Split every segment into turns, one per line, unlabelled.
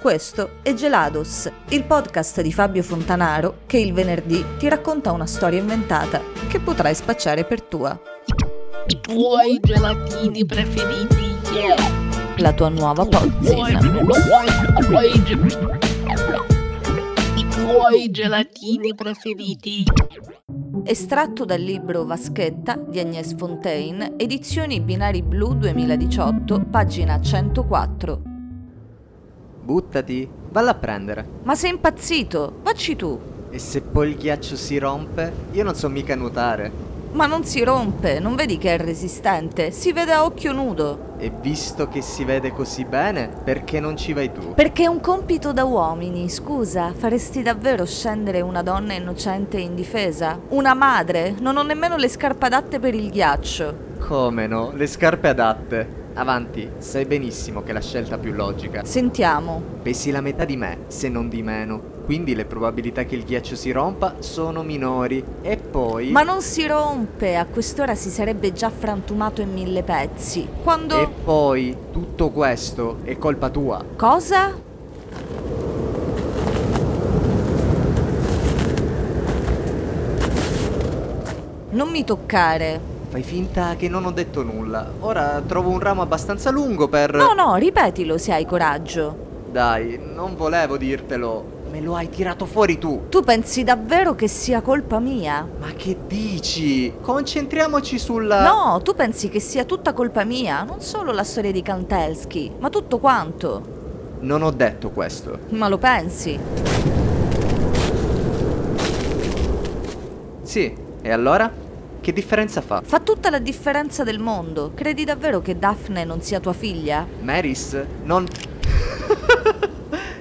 Questo è Gelados, il podcast di Fabio Fontanaro che il venerdì ti racconta una storia inventata che potrai spacciare per tua.
I tuoi gelatini preferiti. Yeah.
La tua nuova
Tuoi-
pozzina.
tuoi- tuoi ge- I tuoi gelatini preferiti.
Estratto dal libro Vaschetta di Agnès Fontaine, edizioni Binari Blu 2018, pagina 104.
Buttati, valla a prendere.
Ma sei impazzito? Vacci tu!
E se poi il ghiaccio si rompe, io non so mica nuotare.
Ma non si rompe, non vedi che è resistente? Si vede a occhio nudo.
E visto che si vede così bene, perché non ci vai tu?
Perché è un compito da uomini, scusa, faresti davvero scendere una donna innocente e indifesa? Una madre, non ho nemmeno le scarpe adatte per il ghiaccio.
Come no? Le scarpe adatte. Avanti, sai benissimo che è la scelta più logica.
Sentiamo.
Pesi la metà di me, se non di meno. Quindi le probabilità che il ghiaccio si rompa sono minori. E poi...
Ma non si rompe, a quest'ora si sarebbe già frantumato in mille pezzi. Quando...
E poi tutto questo è colpa tua.
Cosa? Non mi toccare.
Fai finta che non ho detto nulla. Ora trovo un ramo abbastanza lungo per...
No, no, ripetilo se hai coraggio.
Dai, non volevo dirtelo. Me lo hai tirato fuori tu.
Tu pensi davvero che sia colpa mia?
Ma che dici? Concentriamoci sulla...
No, tu pensi che sia tutta colpa mia, non solo la storia di Kantelski, ma tutto quanto.
Non ho detto questo.
Ma lo pensi?
Sì, e allora? Che differenza fa?
Fa tutta la differenza del mondo. Credi davvero che Daphne non sia tua figlia?
Maris, non...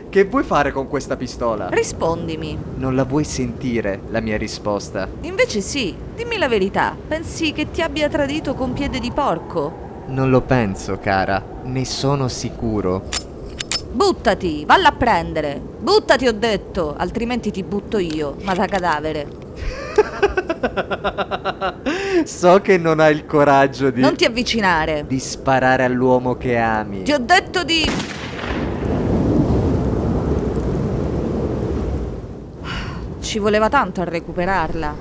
che vuoi fare con questa pistola?
Rispondimi.
Non la vuoi sentire, la mia risposta.
Invece sì, dimmi la verità. Pensi che ti abbia tradito con piede di porco?
Non lo penso, cara. Ne sono sicuro.
Buttati, valla a prendere. Buttati, ho detto, altrimenti ti butto io, ma da cadavere.
so che non hai il coraggio di...
Non ti avvicinare.
di sparare all'uomo che ami.
Ti ho detto di... Ci voleva tanto a recuperarla.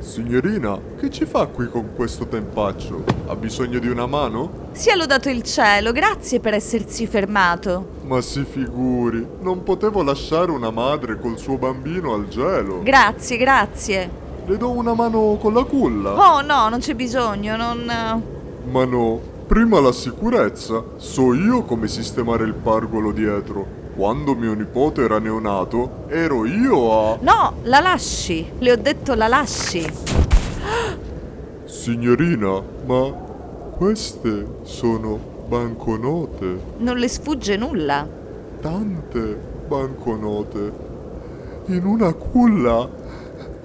Signorina, che ci fa qui con questo tempaccio? Ha bisogno di una mano?
Sia lodato il cielo, grazie per essersi fermato.
Ma si figuri, non potevo lasciare una madre col suo bambino al gelo.
Grazie, grazie.
Le do una mano con la culla.
Oh no, non c'è bisogno, non... eh,
Ma no, prima la sicurezza. So io come sistemare il pargolo dietro. Quando mio nipote era neonato, ero io a...
No, la lasci. Le ho detto la lasci.
Signorina, ma queste sono banconote.
Non le sfugge nulla.
tante banconote in una culla.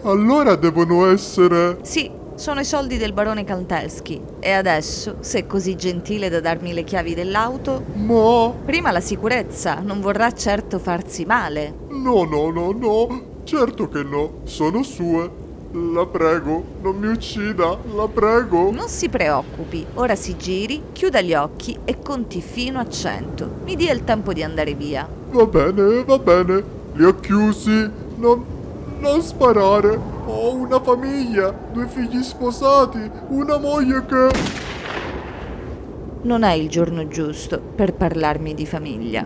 Allora devono essere...
Sì, sono i soldi del barone Kantelski. E adesso, se è così gentile da darmi le chiavi dell'auto,
Ma...
Prima la sicurezza, non vorrà certo farsi male.
No, no, no, no. Certo che no. Sono sue. La prego, non mi uccida, la prego.
Non si preoccupi, ora si giri, chiuda gli occhi e conti fino a 100. Mi dia il tempo di andare via.
Va bene, va bene. Li ho chiusi. Non... Non sparare. Ho una famiglia, due figli sposati, una moglie che...
Non è il giorno giusto per parlarmi di famiglia.